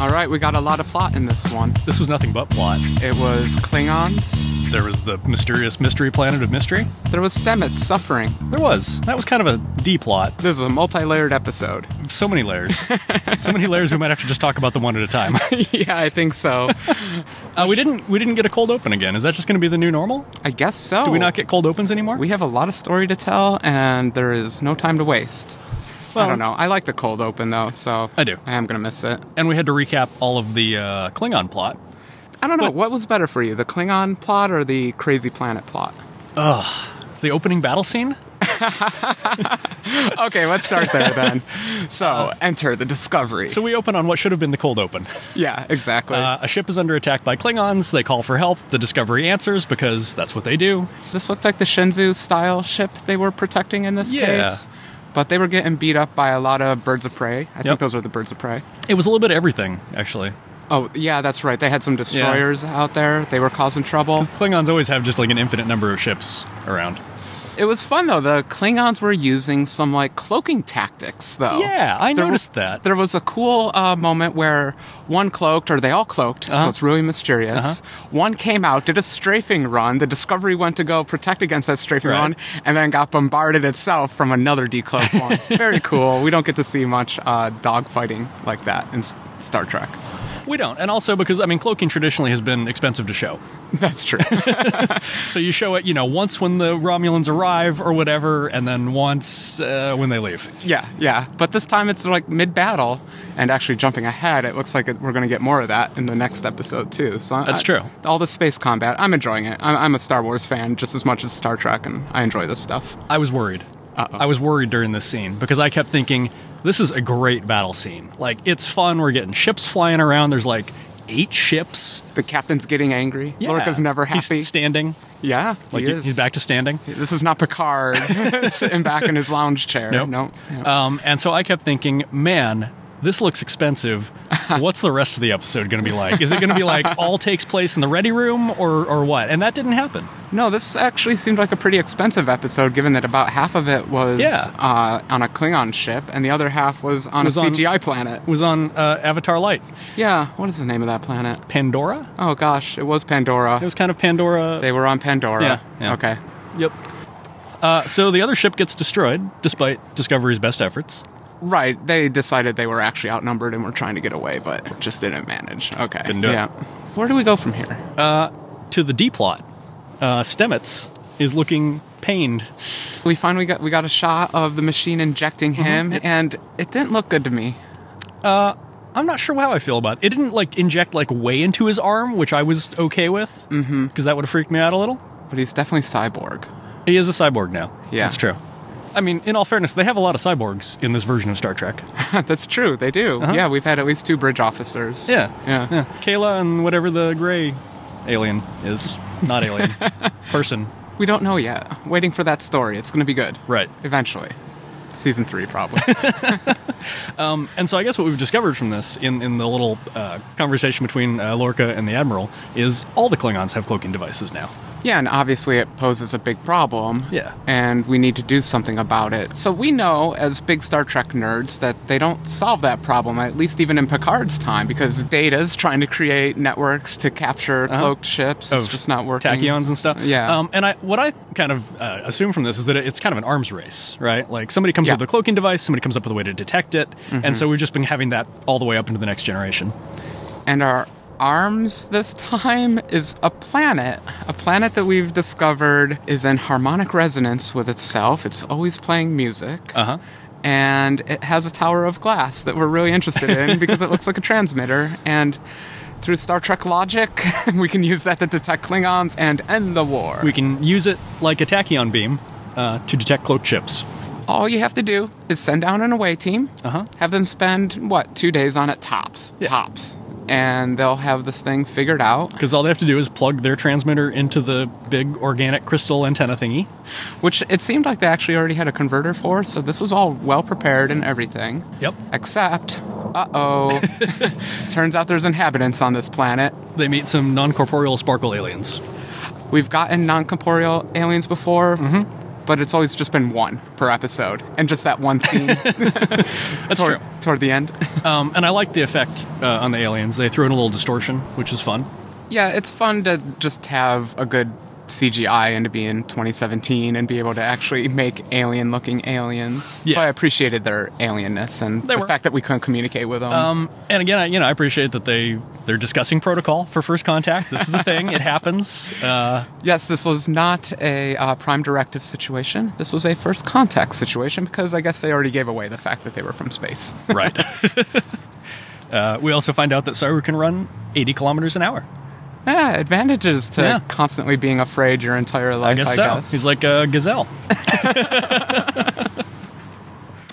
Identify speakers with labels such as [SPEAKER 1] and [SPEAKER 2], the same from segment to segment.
[SPEAKER 1] All right, we got a lot of plot in this one.
[SPEAKER 2] This was nothing but plot.
[SPEAKER 1] It was Klingons.
[SPEAKER 2] There was the mysterious mystery planet of mystery.
[SPEAKER 1] There was Stamets suffering.
[SPEAKER 2] There was. That was kind of a D plot.
[SPEAKER 1] This was a multi-layered episode.
[SPEAKER 2] So many layers. so many layers. We might have to just talk about them one at a time.
[SPEAKER 1] yeah, I think so.
[SPEAKER 2] Uh, we didn't. We didn't get a cold open again. Is that just going to be the new normal?
[SPEAKER 1] I guess so.
[SPEAKER 2] Do we not get cold opens anymore?
[SPEAKER 1] Oh. We have a lot of story to tell, and there is no time to waste. I
[SPEAKER 2] Well-
[SPEAKER 1] don't know. I like the cold open though, so
[SPEAKER 2] I do.
[SPEAKER 1] I am gonna miss it.
[SPEAKER 2] and we had to recap all of the uh, Klingon plot.
[SPEAKER 1] I don't know what was better for you, the Klingon plot or the Crazy Planet plot.
[SPEAKER 2] The opening battle scene.
[SPEAKER 1] Okay, let's start there then. So enter the Discovery.
[SPEAKER 2] Uh, So we open on what should have been the cold open.
[SPEAKER 1] yeah, exactly.
[SPEAKER 2] Uh, a ship is under attack by Klingons. They call for help. The Discovery answers because that's what they do.
[SPEAKER 1] this looked like the Shenzhou style ship they were protecting in this
[SPEAKER 2] Yeah.
[SPEAKER 1] case. But they were getting beat up by a lot of birds of prey. I
[SPEAKER 2] Yep.
[SPEAKER 1] think those were the birds of prey.
[SPEAKER 2] It was a little bit of everything, actually.
[SPEAKER 1] Oh, yeah, that's right. They had some destroyers out there. They were causing trouble.
[SPEAKER 2] Klingons always have just like an infinite number of ships around.
[SPEAKER 1] It was fun though. The Klingons were using some like cloaking tactics though.
[SPEAKER 2] Yeah, I
[SPEAKER 1] There-
[SPEAKER 2] noticed that.
[SPEAKER 1] There was a cool uh, moment where one cloaked, or they all cloaked,
[SPEAKER 2] Uh-huh.
[SPEAKER 1] so it's really mysterious. One came out, did a strafing run. The Discovery went to go protect against that strafing
[SPEAKER 2] Right.
[SPEAKER 1] run, and then got bombarded itself from another decloaked one. Very cool. We don't get to see much uh, dogfighting like that in S- Star Trek.
[SPEAKER 2] We don't, and also because I mean, cloaking traditionally has been expensive to show.
[SPEAKER 1] That's true.
[SPEAKER 2] So you show it, you know, once when the Romulans arrive or whatever, and then once uh, when they leave.
[SPEAKER 1] Yeah, yeah. But this time it's like mid battle and actually jumping ahead. It looks like it, we're going to get more of that in the next episode, too. So
[SPEAKER 2] That's
[SPEAKER 1] I-
[SPEAKER 2] true.
[SPEAKER 1] All the space combat, I'm enjoying it. I'm, I'm a Star Wars fan just as much as Star Trek, and I enjoy this stuff.
[SPEAKER 2] I was worried. I was worried during this scene because I kept thinking, this is a great battle scene. Like it's fun. We're getting ships flying around. There's like eight ships.
[SPEAKER 1] The captain's getting angry.
[SPEAKER 2] Yeah.
[SPEAKER 1] Lorca's never happy.
[SPEAKER 2] He's standing.
[SPEAKER 1] yeah,
[SPEAKER 2] Like
[SPEAKER 1] he
[SPEAKER 2] he-
[SPEAKER 1] is.
[SPEAKER 2] he's back to standing.
[SPEAKER 1] This is not Picard sitting back in his lounge chair.
[SPEAKER 2] Nope.
[SPEAKER 1] No. Yeah.
[SPEAKER 2] Um, and so I kept thinking, man, this looks expensive. What's the rest of the episode going to be like? Is it going to be like all takes place in the ready room or, or what? And that didn't happen.
[SPEAKER 1] No, this actually seemed like a pretty expensive episode, given that about half of it was
[SPEAKER 2] Yeah.
[SPEAKER 1] uh, on a Klingon ship and the other half was on
[SPEAKER 2] Was
[SPEAKER 1] a
[SPEAKER 2] on-
[SPEAKER 1] CGI planet.
[SPEAKER 2] It was on uh, Avatar Light.
[SPEAKER 1] Yeah, what is the name of that planet?
[SPEAKER 2] Pandora?
[SPEAKER 1] Oh gosh, it was Pandora.
[SPEAKER 2] It was kind of Pandora.
[SPEAKER 1] they were on Pandora.
[SPEAKER 2] Yeah, yeah.
[SPEAKER 1] Okay.
[SPEAKER 2] Yep. Uh, so the other ship gets destroyed despite Discovery's best efforts.
[SPEAKER 1] Right. They decided they were actually outnumbered and were trying to get away, but just didn't manage. Okay.
[SPEAKER 2] Didn't do it.
[SPEAKER 1] yeah. Where do we go from here?
[SPEAKER 2] To the D plot, uh, Stemets is looking pained.
[SPEAKER 1] we finally got we got a shot of the machine injecting
[SPEAKER 2] Mm-hmm.
[SPEAKER 1] him, and it didn't look good to me.
[SPEAKER 2] I'm not sure how I feel about it. It didn't like inject like way into his arm, which I was okay with because that would have freaked me out a little.
[SPEAKER 1] But he's definitely cyborg.
[SPEAKER 2] He is a cyborg now.
[SPEAKER 1] Yeah.
[SPEAKER 2] that's true. I mean, in all fairness, they have a lot of cyborgs in this version of Star Trek.
[SPEAKER 1] That's true. They do. Yeah, we've had at least two bridge officers.
[SPEAKER 2] Uh-huh. Yeah,
[SPEAKER 1] Yeah.
[SPEAKER 2] Kayla and whatever the gray alien is, not alien person,
[SPEAKER 1] We don't know yet. Waiting for that story. It's going to be good.
[SPEAKER 2] right?
[SPEAKER 1] Eventually. Season three, probably.
[SPEAKER 2] And so I guess what we've discovered from this in, in the little uh, conversation between uh, Lorca and the Admiral is all the Klingons have cloaking devices now.
[SPEAKER 1] Yeah, and obviously it poses a big problem.
[SPEAKER 2] Yeah.
[SPEAKER 1] And we need to do something about it. So we know, as big Star Trek nerds, that they don't solve that problem, at least even in Picard's time, because Data's trying to create networks to capture cloaked ships. It's
[SPEAKER 2] Uh-huh. Of
[SPEAKER 1] just not working.
[SPEAKER 2] Oh, Tachyons and stuff.
[SPEAKER 1] Yeah.
[SPEAKER 2] Um, and I, what I kind of uh, assume from this is that it's kind of an arms race, right? Like somebody comes
[SPEAKER 1] Yeah.
[SPEAKER 2] up with a cloaking device, somebody comes up with a way to detect it. And so we've just been having that all the way up into the next generation.
[SPEAKER 1] And our arms this time is a planet. A planet that we've discovered is in harmonic resonance with itself. It's always playing music.
[SPEAKER 2] Uh huh.
[SPEAKER 1] and it has a tower of glass that we're really interested in because it looks like a transmitter and through Star Trek logic, we can use that to detect Klingons and end the war.
[SPEAKER 2] We can use it like a tachyon beam uh, to detect cloaked ships.
[SPEAKER 1] All you have to do is send down an away team,
[SPEAKER 2] Uh-huh.
[SPEAKER 1] have them spend, what, two days on it tops.
[SPEAKER 2] Yeah.
[SPEAKER 1] Tops. And they'll have this thing figured out,
[SPEAKER 2] Because all they have to do is plug their transmitter into the big organic crystal antenna thingy.
[SPEAKER 1] which it seemed like they actually already had a converter for, so this was all well prepared and everything.
[SPEAKER 2] Yep.
[SPEAKER 1] Except, uh oh, turns out there's inhabitants on this planet.
[SPEAKER 2] They meet some non corporeal sparkle aliens. Mm-hmm.
[SPEAKER 1] We've gotten non corporeal aliens before, but it's always just been one per episode, and just that one scene
[SPEAKER 2] That's
[SPEAKER 1] toward,
[SPEAKER 2] true.
[SPEAKER 1] toward the end.
[SPEAKER 2] Um, and I like the effect uh, on the aliens. They threw in a little distortion, which is fun.
[SPEAKER 1] yeah, it's fun to just have a good CGI and to be in 2017 and be able to actually make alien-looking aliens.
[SPEAKER 2] Yeah.
[SPEAKER 1] So I appreciated their alienness and
[SPEAKER 2] They
[SPEAKER 1] the
[SPEAKER 2] were-
[SPEAKER 1] fact that we couldn't communicate with them.
[SPEAKER 2] Um, and again, I, you know, I appreciate that they they're discussing protocol for first contact. This is a thing; it happens. Uh,
[SPEAKER 1] Yes, this was not a uh, prime directive situation. This was a first contact situation because I guess they already gave away the fact that they were from space.
[SPEAKER 2] right. uh, we also find out that Saru can run 80 kilometers an hour.
[SPEAKER 1] yeah, advantages to
[SPEAKER 2] Yeah.
[SPEAKER 1] constantly being afraid your entire life.
[SPEAKER 2] I guess so. He's like a gazelle.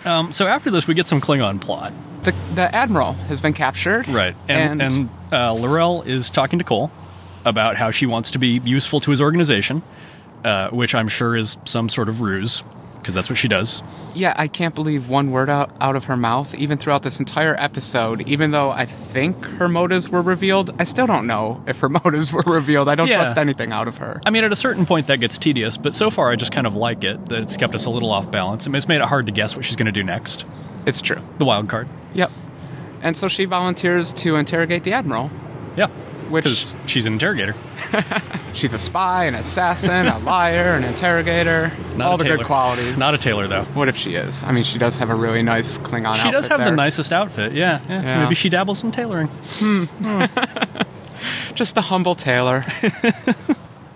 [SPEAKER 2] um, so after this, we get some Klingon plot,
[SPEAKER 1] the, the admiral has been captured.
[SPEAKER 2] And
[SPEAKER 1] and,
[SPEAKER 2] and, uh, Laurel is talking to Cole about how she wants to be useful to his organization, uh, which I'm sure is some sort of ruse because that's what she does.
[SPEAKER 1] yeah, I can't believe one word out, out of her mouth, even throughout this entire episode. Even though I think her motives were revealed, I still don't know if her motives were revealed. I don't
[SPEAKER 2] Yeah.
[SPEAKER 1] trust anything out of her.
[SPEAKER 2] I mean, at a certain point, that gets tedious, but so far, I just kind of like it that it's kept us a little off balance. I mean, It's made it hard to guess what she's going to do next.
[SPEAKER 1] It's true.
[SPEAKER 2] The wild card.
[SPEAKER 1] Yep. And so she volunteers to interrogate the admiral.
[SPEAKER 2] Yeah.
[SPEAKER 1] Which-
[SPEAKER 2] Because she's an interrogator.
[SPEAKER 1] She's a spy, an assassin, a liar, an interrogator.
[SPEAKER 2] Not
[SPEAKER 1] all
[SPEAKER 2] a
[SPEAKER 1] the
[SPEAKER 2] tailor.
[SPEAKER 1] good qualities.
[SPEAKER 2] Not a tailor, though.
[SPEAKER 1] What if she is? I mean, she does have a really nice Klingon outfit.
[SPEAKER 2] She does have the
[SPEAKER 1] there.
[SPEAKER 2] nicest outfit, yeah, yeah.
[SPEAKER 1] Yeah.
[SPEAKER 2] Maybe she dabbles in tailoring.
[SPEAKER 1] Just a humble tailor.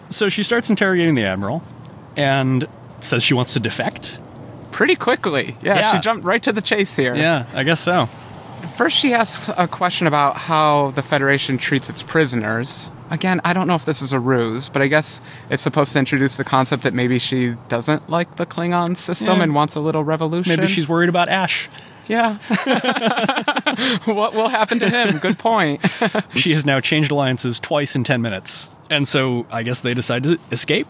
[SPEAKER 2] So she starts interrogating the Admiral and says she wants to defect.
[SPEAKER 1] Pretty quickly. Yeah,
[SPEAKER 2] Yeah.
[SPEAKER 1] she jumped right to the chase here.
[SPEAKER 2] Yeah, I guess so.
[SPEAKER 1] First, she asks a question about how the Federation treats its prisoners. Again, I don't know if this is a ruse, but I guess it's supposed to introduce the concept that maybe she doesn't like the Klingon system
[SPEAKER 2] Yeah.
[SPEAKER 1] and wants a little revolution.
[SPEAKER 2] Maybe she's worried about Ash.
[SPEAKER 1] Yeah. what will happen to him? Good point.
[SPEAKER 2] She has now changed alliances twice in 10 minutes. And so I guess they decide to escape.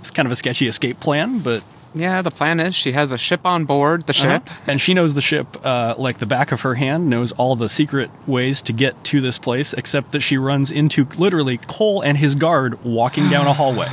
[SPEAKER 2] It's kind of a sketchy escape plan, but
[SPEAKER 1] Yeah, the plan is she has a ship on board the ship.
[SPEAKER 2] And she knows the ship uh, like the back of her hand, knows all the secret ways to get to this place, except that she runs into literally Cole and his guard walking down a hallway.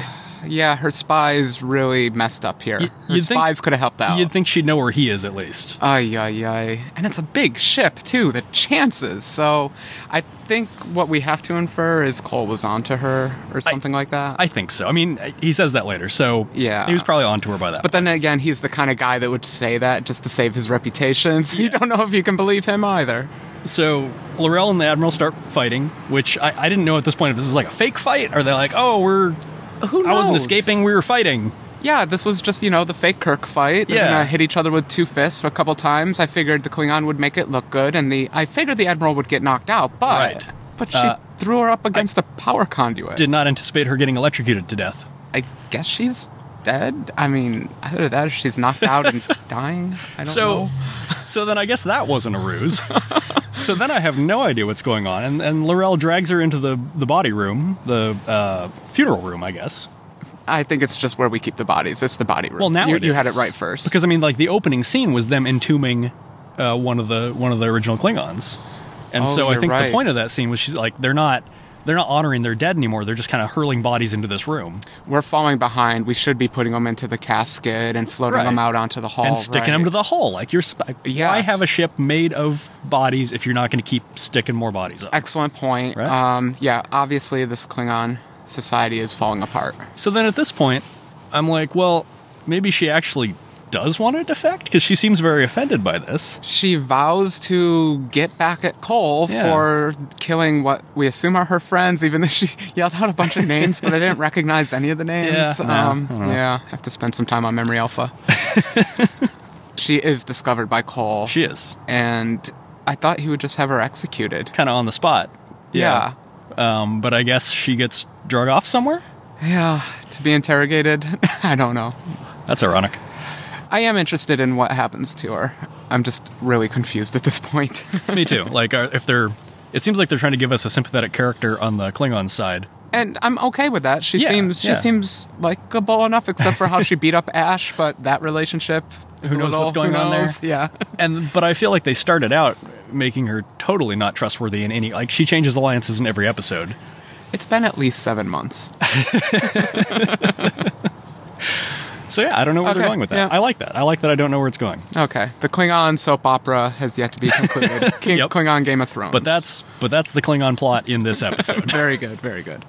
[SPEAKER 1] Yeah, her spies really messed up here. her
[SPEAKER 2] you'd think-
[SPEAKER 1] spies could have helped out.
[SPEAKER 2] You'd think she'd know where he is at least.
[SPEAKER 1] Ay, ay, ay. And it's a big ship, too, the chances. So I think what we have to infer is Cole was onto her or something like that.
[SPEAKER 2] I think so. I mean, he says that later, so
[SPEAKER 1] Yeah.
[SPEAKER 2] he was probably on to her by that.
[SPEAKER 1] but then again, he's the kind of guy that would say that just to save his reputation. So you don't know if you can believe him either.
[SPEAKER 2] So Laurel and the Admiral start fighting, which I, I didn't know at this point if this is like a fake fight. Are they like, oh, we're
[SPEAKER 1] Who knows?
[SPEAKER 2] I wasn't escaping, we were fighting.
[SPEAKER 1] Yeah, this was just, you know, the fake Kirk fight. They're
[SPEAKER 2] Yeah.
[SPEAKER 1] gonna hit each other with two fists a couple times. I figured the Klingon would make it look good and the I figured the Admiral would get knocked out, but
[SPEAKER 2] Right.
[SPEAKER 1] but she
[SPEAKER 2] Uh,
[SPEAKER 1] threw her up against a power conduit.
[SPEAKER 2] Did not anticipate her getting electrocuted to death.
[SPEAKER 1] I guess she's dead. I mean, either that or she's knocked out and dying. I don't
[SPEAKER 2] So
[SPEAKER 1] know.
[SPEAKER 2] so then I guess that wasn't a ruse. so then I have no idea what's going on. And and Laurel drags her into the, the body room, the uh, funeral room, I guess.
[SPEAKER 1] I think it's just where we keep the bodies. It's the body room.
[SPEAKER 2] Well, now
[SPEAKER 1] you,
[SPEAKER 2] it
[SPEAKER 1] you had it
[SPEAKER 2] is.
[SPEAKER 1] right first.
[SPEAKER 2] because I mean, like the opening scene was them entombing uh, one of the one of the original Klingons, and
[SPEAKER 1] Oh,
[SPEAKER 2] so I
[SPEAKER 1] you're
[SPEAKER 2] think the
[SPEAKER 1] right.
[SPEAKER 2] point of that scene was she's like they're not they're not honoring their dead anymore. They're just kind of hurling bodies into this room
[SPEAKER 1] We're falling behind. We should be putting them into the casket and floating
[SPEAKER 2] Right.
[SPEAKER 1] them out onto the hall
[SPEAKER 2] and sticking them to the hull. Like you're, sp- why
[SPEAKER 1] Yes.
[SPEAKER 2] have a ship made of bodies if you're not going to keep sticking more bodies up?
[SPEAKER 1] Excellent point.
[SPEAKER 2] Right?
[SPEAKER 1] Um, yeah, obviously this Klingon society is falling apart.
[SPEAKER 2] So then at this point, I'm like, well, maybe she actually does want to defect because she seems very offended by this.
[SPEAKER 1] She vows to get back at Cole
[SPEAKER 2] Yeah.
[SPEAKER 1] for killing what we assume are her friends, even though she yelled out a bunch of names, but I didn't recognize any of the names.
[SPEAKER 2] Yeah, no,
[SPEAKER 1] um,
[SPEAKER 2] I don't know.
[SPEAKER 1] yeah, have to spend some time on Memory Alpha. she is discovered by Cole,
[SPEAKER 2] She is
[SPEAKER 1] and I thought he would just have her executed.
[SPEAKER 2] kind of on the spot.
[SPEAKER 1] Yeah.
[SPEAKER 2] Um, but I guess she gets drug off somewhere.
[SPEAKER 1] Yeah, to be interrogated. I don't know.
[SPEAKER 2] That's ironic.
[SPEAKER 1] I am interested in what happens to her. I'm just really confused at this point.
[SPEAKER 2] Me too. Like uh, if they're, it seems like they're trying to give us a sympathetic character on the Klingon side.
[SPEAKER 1] and I'm okay with that. She
[SPEAKER 2] Yeah,
[SPEAKER 1] seems she
[SPEAKER 2] yeah.
[SPEAKER 1] seems likable enough, except for how she beat up Ash. But that relationship, is
[SPEAKER 2] Who
[SPEAKER 1] a
[SPEAKER 2] knows
[SPEAKER 1] little-
[SPEAKER 2] what's going
[SPEAKER 1] who
[SPEAKER 2] on there?
[SPEAKER 1] knows? Yeah,
[SPEAKER 2] And but I feel like they started out making her totally not trustworthy in any. Like she changes alliances in every episode.
[SPEAKER 1] it's been at least seven months.
[SPEAKER 2] So yeah, I don't know where they're
[SPEAKER 1] Okay,
[SPEAKER 2] going with that.
[SPEAKER 1] yeah.
[SPEAKER 2] I like that. I like that. I don't know where it's going.
[SPEAKER 1] Okay. The Klingon soap opera has yet to be concluded. King,
[SPEAKER 2] Yep.
[SPEAKER 1] Klingon Game of Thrones.
[SPEAKER 2] But that's but that's the Klingon plot in this episode.
[SPEAKER 1] very good, very good.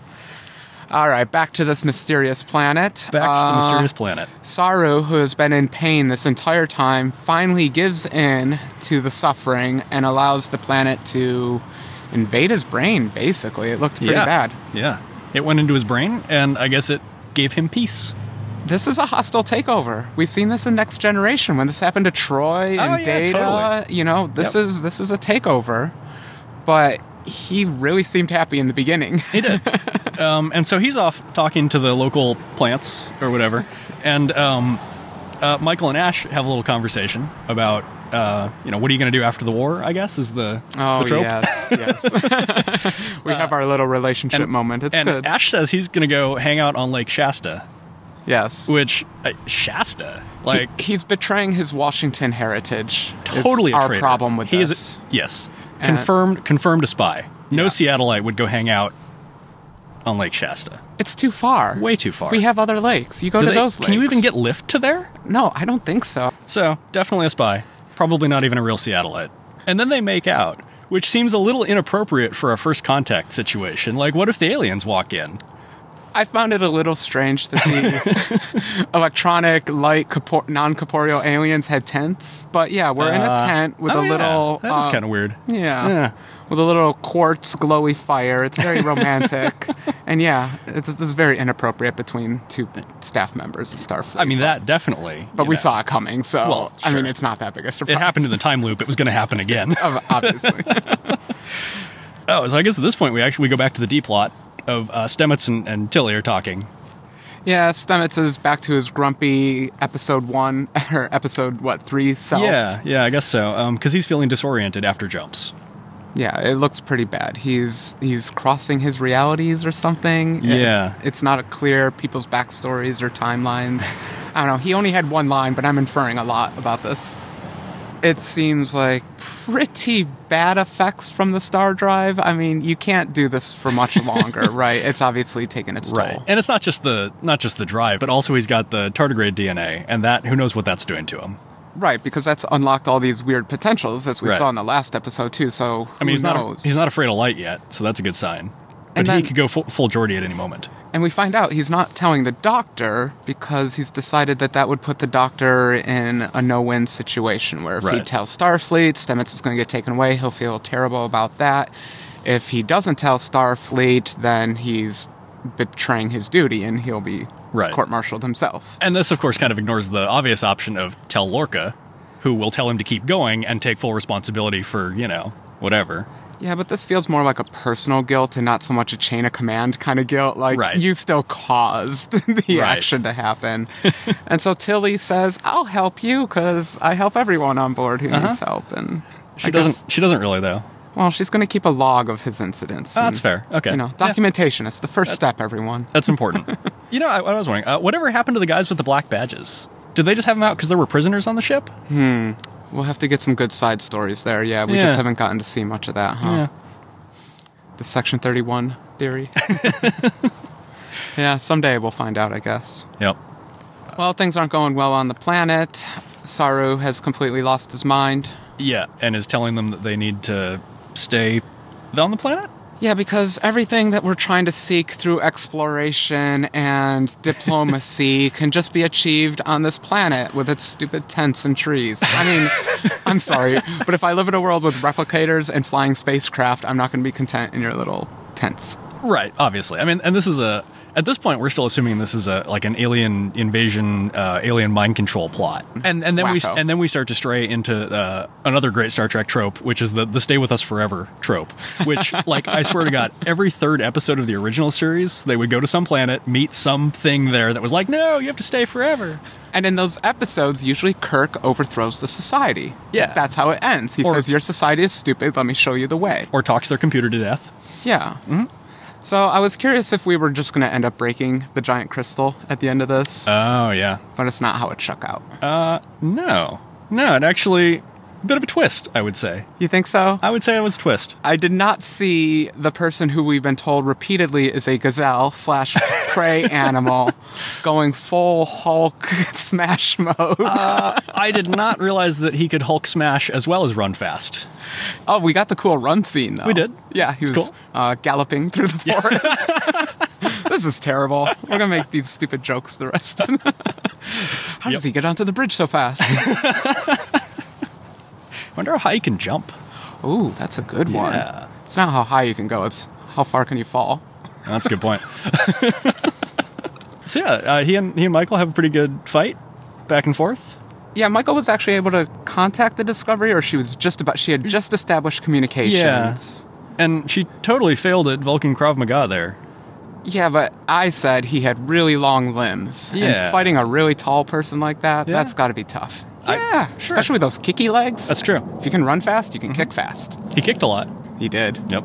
[SPEAKER 1] All right, back to this mysterious planet.
[SPEAKER 2] Back to the
[SPEAKER 1] Uh,
[SPEAKER 2] mysterious planet.
[SPEAKER 1] Saru, who has been in pain this entire time, finally gives in to the suffering and allows the planet to invade his brain, basically. It looked pretty
[SPEAKER 2] yeah.
[SPEAKER 1] bad.
[SPEAKER 2] Yeah. It went into his brain, and I guess it gave him peace.
[SPEAKER 1] This is a hostile takeover. We've seen this in Next Generation when this happened to Troy and
[SPEAKER 2] Oh, yeah,
[SPEAKER 1] Data.
[SPEAKER 2] totally.
[SPEAKER 1] You know, this
[SPEAKER 2] Yep.
[SPEAKER 1] is this is a takeover. But he really seemed happy in the beginning.
[SPEAKER 2] He did. um, and so he's off talking to the local plants or whatever, and um, uh, Michael and Ash have a little conversation about. Uh, you know, what are you going to do after the war? I guess is the,
[SPEAKER 1] Oh
[SPEAKER 2] the trope. Uh,
[SPEAKER 1] yes, yes. we have our little relationship
[SPEAKER 2] and-
[SPEAKER 1] moment. It's
[SPEAKER 2] and
[SPEAKER 1] good.
[SPEAKER 2] Ash says he's going to go hang out on Lake Shasta,
[SPEAKER 1] yes,
[SPEAKER 2] which uh, Shasta, like
[SPEAKER 1] He- he's betraying his Washington heritage. is
[SPEAKER 2] totally a
[SPEAKER 1] our
[SPEAKER 2] traitor.
[SPEAKER 1] problem with
[SPEAKER 2] He is a-
[SPEAKER 1] this.
[SPEAKER 2] yes,
[SPEAKER 1] And-
[SPEAKER 2] confirmed, confirmed a spy. No
[SPEAKER 1] Yeah.
[SPEAKER 2] Seattleite would go hang out on Lake Shasta.
[SPEAKER 1] It's too far.
[SPEAKER 2] Way too far.
[SPEAKER 1] We have other lakes. You go
[SPEAKER 2] Do
[SPEAKER 1] to
[SPEAKER 2] they-
[SPEAKER 1] those lakes.
[SPEAKER 2] Can you even get lift to there?
[SPEAKER 1] No, I don't think so.
[SPEAKER 2] So definitely a spy. Probably not even a real Seattleite. And then they make out, which seems a little inappropriate for a first contact situation. Like, what if the aliens walk in?
[SPEAKER 1] I found it a little strange that the electronic, light, corpo- non-corporeal aliens had tents. But yeah, we're in a
[SPEAKER 2] Uh,
[SPEAKER 1] tent with
[SPEAKER 2] oh,
[SPEAKER 1] a
[SPEAKER 2] yeah,
[SPEAKER 1] little.
[SPEAKER 2] That is
[SPEAKER 1] uh,
[SPEAKER 2] kind of weird.
[SPEAKER 1] Yeah.
[SPEAKER 2] Yeah.
[SPEAKER 1] With a little quartz glowy fire. It's very romantic. and yeah, it's, it's very inappropriate between two staff members of Starfleet.
[SPEAKER 2] I mean, that definitely.
[SPEAKER 1] but
[SPEAKER 2] you
[SPEAKER 1] we
[SPEAKER 2] know.
[SPEAKER 1] saw it coming, so
[SPEAKER 2] Well,
[SPEAKER 1] I mean,
[SPEAKER 2] sure.
[SPEAKER 1] it's not that big a surprise.
[SPEAKER 2] It happened in the time loop. It was going to happen again.
[SPEAKER 1] Ob- Obviously.
[SPEAKER 2] oh, so I guess at this point we actually we go back to the D plot of uh, Stemets and, and Tilly are talking.
[SPEAKER 1] yeah, Stamets is back to his grumpy episode one, or episode, what, three self.
[SPEAKER 2] Yeah, yeah, I guess so. Because he's feeling disoriented after jumps.
[SPEAKER 1] Yeah, it looks pretty bad. He's he's crossing his realities or something. It-
[SPEAKER 2] Yeah.
[SPEAKER 1] it's not clear people's backstories or timelines. I don't know. He only had one line, but I'm inferring a lot about this. It seems like pretty bad effects from the star drive. I mean, you can't do this for much longer, right? It's obviously taken its toll.
[SPEAKER 2] And it's not just the not just the drive, but also he's got the tardigrade DNA, and that who knows what that's doing to him.
[SPEAKER 1] Right, because that's unlocked all these weird potentials as we
[SPEAKER 2] Right.
[SPEAKER 1] saw in the last episode too. So
[SPEAKER 2] I mean,
[SPEAKER 1] who
[SPEAKER 2] he's
[SPEAKER 1] knows?
[SPEAKER 2] not he's not afraid of light yet, so that's a good sign. But
[SPEAKER 1] And
[SPEAKER 2] he
[SPEAKER 1] then-
[SPEAKER 2] could go full, full Geordie at any moment.
[SPEAKER 1] And we find out he's not telling the doctor because he's decided that that would put the doctor in a no win situation where if he
[SPEAKER 2] Right.
[SPEAKER 1] tells Starfleet, Stamets is going to get taken away. He'll feel terrible about that. If he doesn't tell Starfleet, then he's betraying his duty and he'll be
[SPEAKER 2] Right.
[SPEAKER 1] court martialed himself.
[SPEAKER 2] And this, of course, kind of ignores the obvious option of tell Lorca, who will tell him to keep going and take full responsibility for you know whatever.
[SPEAKER 1] Yeah, but this feels more like a personal guilt and not so much a chain of command kind of guilt. Like,
[SPEAKER 2] Right.
[SPEAKER 1] you still caused the
[SPEAKER 2] Right.
[SPEAKER 1] action to happen. and so Tilly says, I'll help you because I help everyone on board who needs help. And
[SPEAKER 2] Uh-huh. She
[SPEAKER 1] I guess-
[SPEAKER 2] doesn't. she doesn't really though.
[SPEAKER 1] well, she's going to keep a log of his incidents.
[SPEAKER 2] Oh,
[SPEAKER 1] and,
[SPEAKER 2] that's fair. Okay.
[SPEAKER 1] You know,
[SPEAKER 2] Yeah.
[SPEAKER 1] documentation. It's the first step, everyone.
[SPEAKER 2] That's important. you know, I, I was wondering, uh, whatever happened to the guys with the black badges? Did they just have them out because there were prisoners on the ship?
[SPEAKER 1] We'll have to get some good side stories there. Yeah, we
[SPEAKER 2] Yeah.
[SPEAKER 1] just haven't gotten to see much of that, huh? The Section 31 theory. yeah, someday we'll find out, I guess.
[SPEAKER 2] Yep.
[SPEAKER 1] Well, things aren't going well on the planet. Saru has completely lost his mind.
[SPEAKER 2] Yeah, and is telling them that they need to stay on the planet.
[SPEAKER 1] Yeah, because everything that we're trying to seek through exploration and diplomacy can just be achieved on this planet with its stupid tents and trees. I mean, I'm sorry, but if I live in a world with replicators and flying spacecraft, I'm not going to be content in your little tents.
[SPEAKER 2] Right. Obviously. I mean, and this is a. At this point, we're still assuming this is a like an alien invasion, uh, alien mind control plot, and and then we
[SPEAKER 1] Wacko.
[SPEAKER 2] and then we start to stray into uh, another great Star Trek trope, which is the the "Stay with us forever" trope. Which, like, I swear to God, every third episode of the original series, they would go to some planet, meet something there that was like, "No, you have to stay forever."
[SPEAKER 1] And in those episodes, usually Kirk overthrows the society.
[SPEAKER 2] Yeah.
[SPEAKER 1] That's how it ends. He
[SPEAKER 2] Or-
[SPEAKER 1] says, Your society is stupid. Let me show you the way.
[SPEAKER 2] or talks their computer to death.
[SPEAKER 1] Yeah. Mm-hmm. So I was curious if we were just going to end up breaking the giant crystal at the end of this,
[SPEAKER 2] Oh yeah. Uh.
[SPEAKER 1] but it's not how it shook out.
[SPEAKER 2] No, no. It actually, bit of a twist, I would say.
[SPEAKER 1] You think so?
[SPEAKER 2] I would say it was a twist.
[SPEAKER 1] I did not see the person who we've been told repeatedly is a gazelle slash prey animal going full Hulk smash mode.
[SPEAKER 2] I did not realize that he could Hulk smash as well as run fast.
[SPEAKER 1] oh, we got the cool run scene though.
[SPEAKER 2] We did.
[SPEAKER 1] Yeah, he
[SPEAKER 2] It's
[SPEAKER 1] was
[SPEAKER 2] cool.
[SPEAKER 1] uh, galloping through the forest. this is terrible. We're gonna make these stupid jokes the rest. How
[SPEAKER 2] Yep.
[SPEAKER 1] does he get onto the bridge so fast?
[SPEAKER 2] Wonder how high he can jump.
[SPEAKER 1] Ooh, that's a good
[SPEAKER 2] Yeah.
[SPEAKER 1] one. It's not how high you can go; it's how far can you fall.
[SPEAKER 2] That's a good point. so yeah, uh, he and he and Michael have a pretty good fight, back and forth.
[SPEAKER 1] Yeah, Michael was actually able to contact the Discovery, or she was just about. She had just established communications.
[SPEAKER 2] and she totally failed at Vulcan Krav Maga there.
[SPEAKER 1] Yeah. but I said he had really long limbs,
[SPEAKER 2] Yeah.
[SPEAKER 1] and fighting a really tall person like that,
[SPEAKER 2] Yeah.
[SPEAKER 1] that's got to be tough.
[SPEAKER 2] I-
[SPEAKER 1] yeah,
[SPEAKER 2] sure.
[SPEAKER 1] especially with those kicky legs.
[SPEAKER 2] That's true.
[SPEAKER 1] if you can run fast, you can kick fast.
[SPEAKER 2] He kicked a lot.
[SPEAKER 1] Mm-hmm. He did.
[SPEAKER 2] Yep.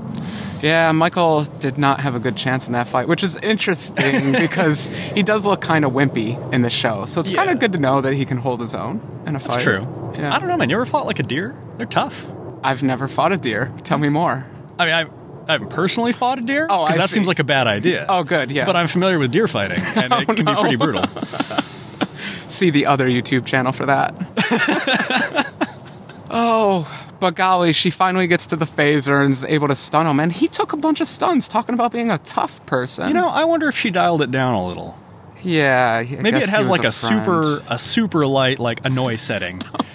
[SPEAKER 1] Yeah, Michael did not have a good chance in that fight, which is interesting because he does look kind of wimpy in the show. So it's kind
[SPEAKER 2] Yeah.
[SPEAKER 1] of good to know that he can hold his own in a fight.
[SPEAKER 2] That's true.
[SPEAKER 1] Yeah.
[SPEAKER 2] I don't know, man. You ever fought like a deer? They're tough.
[SPEAKER 1] I've never fought a deer. Tell me more.
[SPEAKER 2] I mean, I, I haven't personally fought a deer.
[SPEAKER 1] Oh, I
[SPEAKER 2] because that
[SPEAKER 1] see.
[SPEAKER 2] seems like a bad idea.
[SPEAKER 1] Oh, good, yeah. Oh,
[SPEAKER 2] But I'm familiar with deer fighting, and it can be
[SPEAKER 1] no.
[SPEAKER 2] pretty brutal.
[SPEAKER 1] See the other YouTube channel for that. oh, but golly, she finally gets to the phaser and is able to stun him. And he took a bunch of stuns, talking about being a tough person.
[SPEAKER 2] You know, I wonder if she dialed it down a little.
[SPEAKER 1] yeah. I
[SPEAKER 2] Maybe
[SPEAKER 1] guess
[SPEAKER 2] it
[SPEAKER 1] he was
[SPEAKER 2] has like a,
[SPEAKER 1] friend.
[SPEAKER 2] super a super light like annoy setting.
[SPEAKER 1] Well,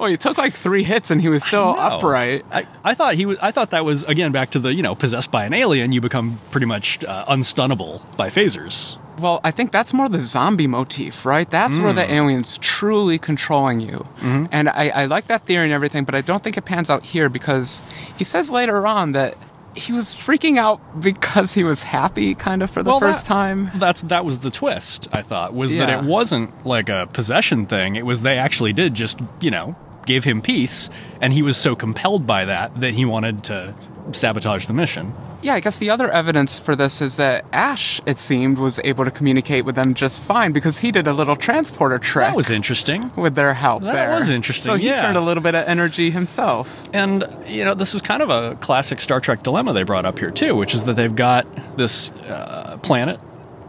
[SPEAKER 1] Oh, he took like three hits and he was still
[SPEAKER 2] No.
[SPEAKER 1] Oh, upright.
[SPEAKER 2] I, I thought he was. I thought that was again back to the you know possessed by an alien. You become pretty much uh, unstunnable by phasers.
[SPEAKER 1] Well, I think that's more the zombie motif, right? That's where
[SPEAKER 2] Hmm.
[SPEAKER 1] the alien's truly controlling you.
[SPEAKER 2] Mm-hmm.
[SPEAKER 1] And I, I like that theory and everything, but I don't think it pans out here because he says later on that he was freaking out because he was happy, kind of, for the
[SPEAKER 2] Well,
[SPEAKER 1] first
[SPEAKER 2] that-
[SPEAKER 1] time.
[SPEAKER 2] That's that was the twist. I thought was
[SPEAKER 1] Yeah.
[SPEAKER 2] that it wasn't like a possession thing. It was they actually did just you know give him peace, and he was so compelled by that that he wanted to sabotage the mission.
[SPEAKER 1] Yeah, I guess the other evidence for this is that Ash, it seemed, was able to communicate with them just fine because he did a little transporter trick
[SPEAKER 2] That was interesting.
[SPEAKER 1] with their help
[SPEAKER 2] That
[SPEAKER 1] there.
[SPEAKER 2] was interesting,
[SPEAKER 1] So he
[SPEAKER 2] yeah.
[SPEAKER 1] turned a little bit of energy himself.
[SPEAKER 2] And you know, this is kind of a classic Star Trek dilemma they brought up here too, which is that they've got this uh, planet,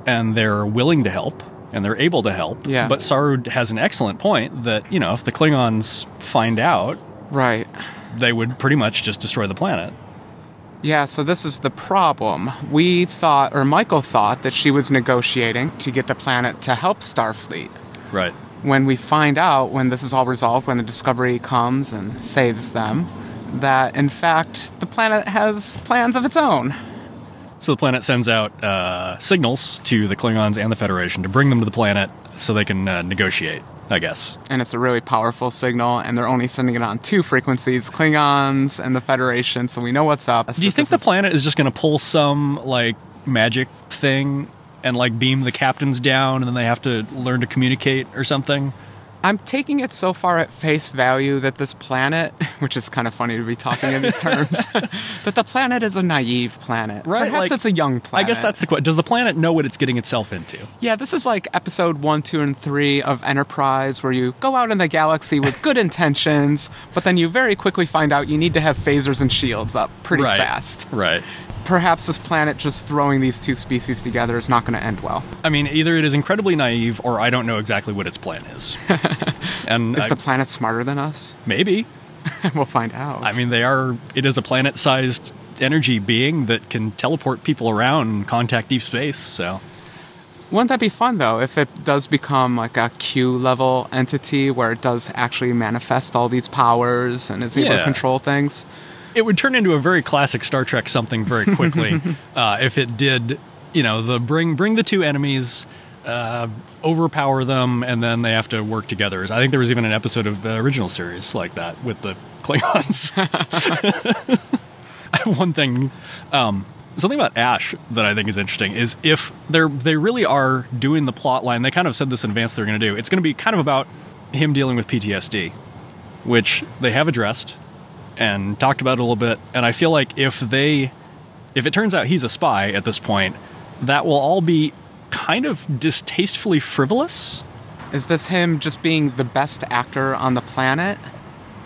[SPEAKER 2] and they're willing to help, and they're able to help.
[SPEAKER 1] Yeah.
[SPEAKER 2] But Saru has an excellent point that you know, if the Klingons find out,
[SPEAKER 1] Right.
[SPEAKER 2] they would pretty much just destroy the planet.
[SPEAKER 1] Yeah, so this is the problem. We thought, or Michael thought, that she was negotiating to get the planet to help Starfleet.
[SPEAKER 2] Right.
[SPEAKER 1] When we find out, when this is all resolved, when the Discovery comes and saves them, that in fact the planet has plans of its own.
[SPEAKER 2] So the planet sends out uh, signals to the Klingons and the Federation to bring them to the planet so they can uh, negotiate. I guess.
[SPEAKER 1] And it's a really powerful signal, and they're only sending it on two frequencies Klingons and the Federation, so we know what's up.
[SPEAKER 2] Do you think the
[SPEAKER 1] This is-
[SPEAKER 2] planet is just going to pull some like magic thing and like beam the captains down, and then they have to learn to communicate or something?
[SPEAKER 1] I'm taking it so far at face value that this planet, which is kind of funny to be talking in these terms, that the planet is a naive planet. Perhaps
[SPEAKER 2] Like,
[SPEAKER 1] it's a young planet.
[SPEAKER 2] I guess that's the question. Does the planet know what it's getting itself into?
[SPEAKER 1] Yeah, this is like episode one, two, and three of Enterprise, where you go out in the galaxy with good intentions, but then you very quickly find out you need to have phasers and shields up pretty
[SPEAKER 2] right.
[SPEAKER 1] fast.
[SPEAKER 2] Right.
[SPEAKER 1] Perhaps this planet just throwing these two species together is not going to end well.
[SPEAKER 2] I mean, either it is incredibly naive, or I don't know exactly what its plan is. and
[SPEAKER 1] Is
[SPEAKER 2] I-
[SPEAKER 1] the planet smarter than us?
[SPEAKER 2] maybe
[SPEAKER 1] we'll find out.
[SPEAKER 2] I mean, they are. It is a planet-sized energy being that can teleport people around and contact deep space. So
[SPEAKER 1] Wouldn't that be fun though if it does become like a Q level entity where it does actually manifest all these powers and is able
[SPEAKER 2] Yeah.
[SPEAKER 1] to control things?
[SPEAKER 2] it would turn into a very classic Star Trek something very quickly uh, if it did. You know, the bring bring the two enemies, uh, overpower them, and then they have to work together. I think there was even an episode of the original series like that with the Klingons. One thing, um, something about Ash that I think is interesting is if they're they really are doing the plot line. They kind of said this in advance they're going to do. It's going to be kind of about him dealing with PTSD, which they have addressed and talked about it a little bit. And I feel like if they, if it turns out he's a spy at this point, that will all be kind of distastefully frivolous.
[SPEAKER 1] Is this him just being the best actor on the planet?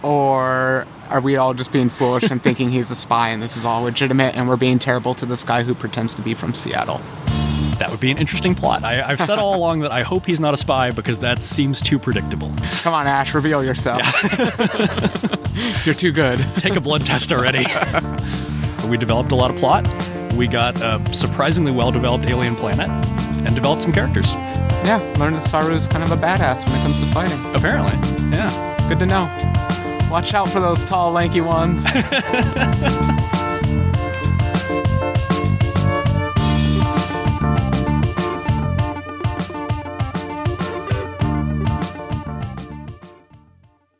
[SPEAKER 1] or are we all just being foolish and thinking he's a spy and this is all legitimate and we're being terrible to this guy who pretends to be from Seattle?
[SPEAKER 2] That would be an interesting plot. I, I've said all along that I hope he's not a spy because that seems too predictable.
[SPEAKER 1] Come on, Ash, reveal yourself. You're too good.
[SPEAKER 2] Take a blood test already. we developed a lot of plot. We got a surprisingly well developed alien planet and developed some characters,
[SPEAKER 1] Yeah, learned that Saru is kind of a badass when it comes to fighting.
[SPEAKER 2] apparently. Yeah.
[SPEAKER 1] Good to know. Watch out for those tall, lanky ones.